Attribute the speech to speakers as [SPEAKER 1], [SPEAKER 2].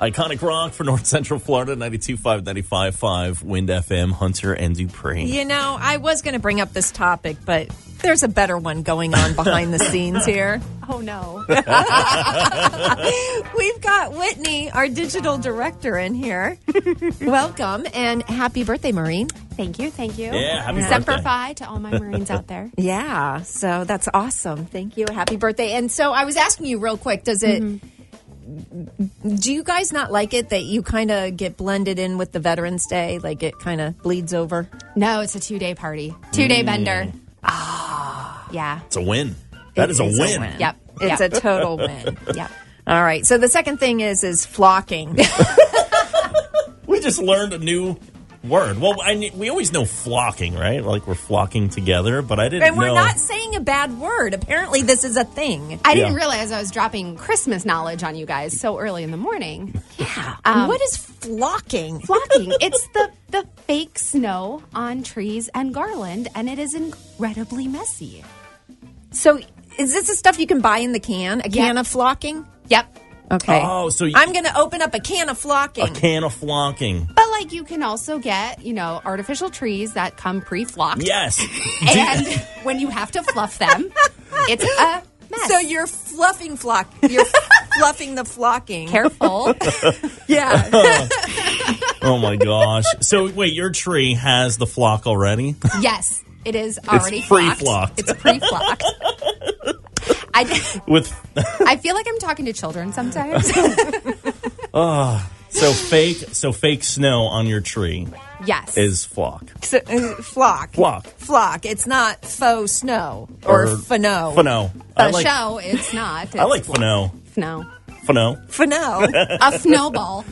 [SPEAKER 1] Iconic rock for North Central Florida, 92.5, 95.5, Wind FM, Hunter and Dupree.
[SPEAKER 2] You know, I was going to bring up this topic, but there's a better one going on behind the scenes here.
[SPEAKER 3] Oh no.
[SPEAKER 2] We've got Whitney, our digital director, in here. Welcome and happy birthday, Maureen.
[SPEAKER 3] Thank you. Thank you.
[SPEAKER 1] Yeah, happy
[SPEAKER 3] Semper
[SPEAKER 1] birthday.
[SPEAKER 3] Fi to all my Marines out there.
[SPEAKER 2] Yeah, so that's awesome. Thank you. Happy birthday. And so I was asking you real quick, does it do you guys not like it that you kind of get blended in with the Veterans Day? Like it kind of bleeds over?
[SPEAKER 3] No, it's a two day party, two day bender. Mm. Ah, yeah.
[SPEAKER 1] It's a win. That is a
[SPEAKER 2] It's
[SPEAKER 1] win.
[SPEAKER 2] Yep. It's
[SPEAKER 3] Yep.
[SPEAKER 2] a total win.
[SPEAKER 3] Yep.
[SPEAKER 2] All right. So the second thing is is flocking.
[SPEAKER 1] We just learned a new word. Well, I, kn- we always know flocking, right? Like we're flocking together, but I didn't
[SPEAKER 2] and we're
[SPEAKER 1] know.
[SPEAKER 2] not saying a bad word. Apparently this is a thing.
[SPEAKER 3] I didn't
[SPEAKER 1] Yeah.
[SPEAKER 3] realize I was dropping Christmas knowledge on you guys so early in the morning. Um,
[SPEAKER 2] Yeah. what is flocking?
[SPEAKER 3] Flocking. it's the the fake snow on trees and garland, and it is incredibly messy.
[SPEAKER 2] So is this the stuff you can buy in the can? A can of flocking?
[SPEAKER 3] Yep.
[SPEAKER 2] Okay.
[SPEAKER 1] Oh, so you-
[SPEAKER 2] I'm going to open up a can of flocking.
[SPEAKER 1] a can of flocking.
[SPEAKER 3] But like you can also get, you know, artificial trees that come pre-flocked.
[SPEAKER 1] Yes. Do-
[SPEAKER 3] And when you have to fluff them, it's a mess.
[SPEAKER 2] So you're fluffing flock. You're fluffing the flocking.
[SPEAKER 3] careful.
[SPEAKER 2] Yeah.
[SPEAKER 1] oh my gosh. So wait, your tree has the flock already?
[SPEAKER 3] yes, it is already
[SPEAKER 1] pre-flocked.
[SPEAKER 3] flocked. It's pre-flocked. I,
[SPEAKER 1] With
[SPEAKER 3] I feel like I'm talking to children sometimes.
[SPEAKER 1] so fake so fake snow on your tree
[SPEAKER 3] yes.
[SPEAKER 1] is flock.
[SPEAKER 2] So, uh, flock.
[SPEAKER 1] Flock.
[SPEAKER 2] Flock. It's not faux snow or, fano.
[SPEAKER 1] Fano. I
[SPEAKER 3] but
[SPEAKER 1] like
[SPEAKER 3] show it's not. It's
[SPEAKER 1] I like fano.
[SPEAKER 3] Fno.
[SPEAKER 1] Fano.
[SPEAKER 2] Fano.
[SPEAKER 3] A snowball.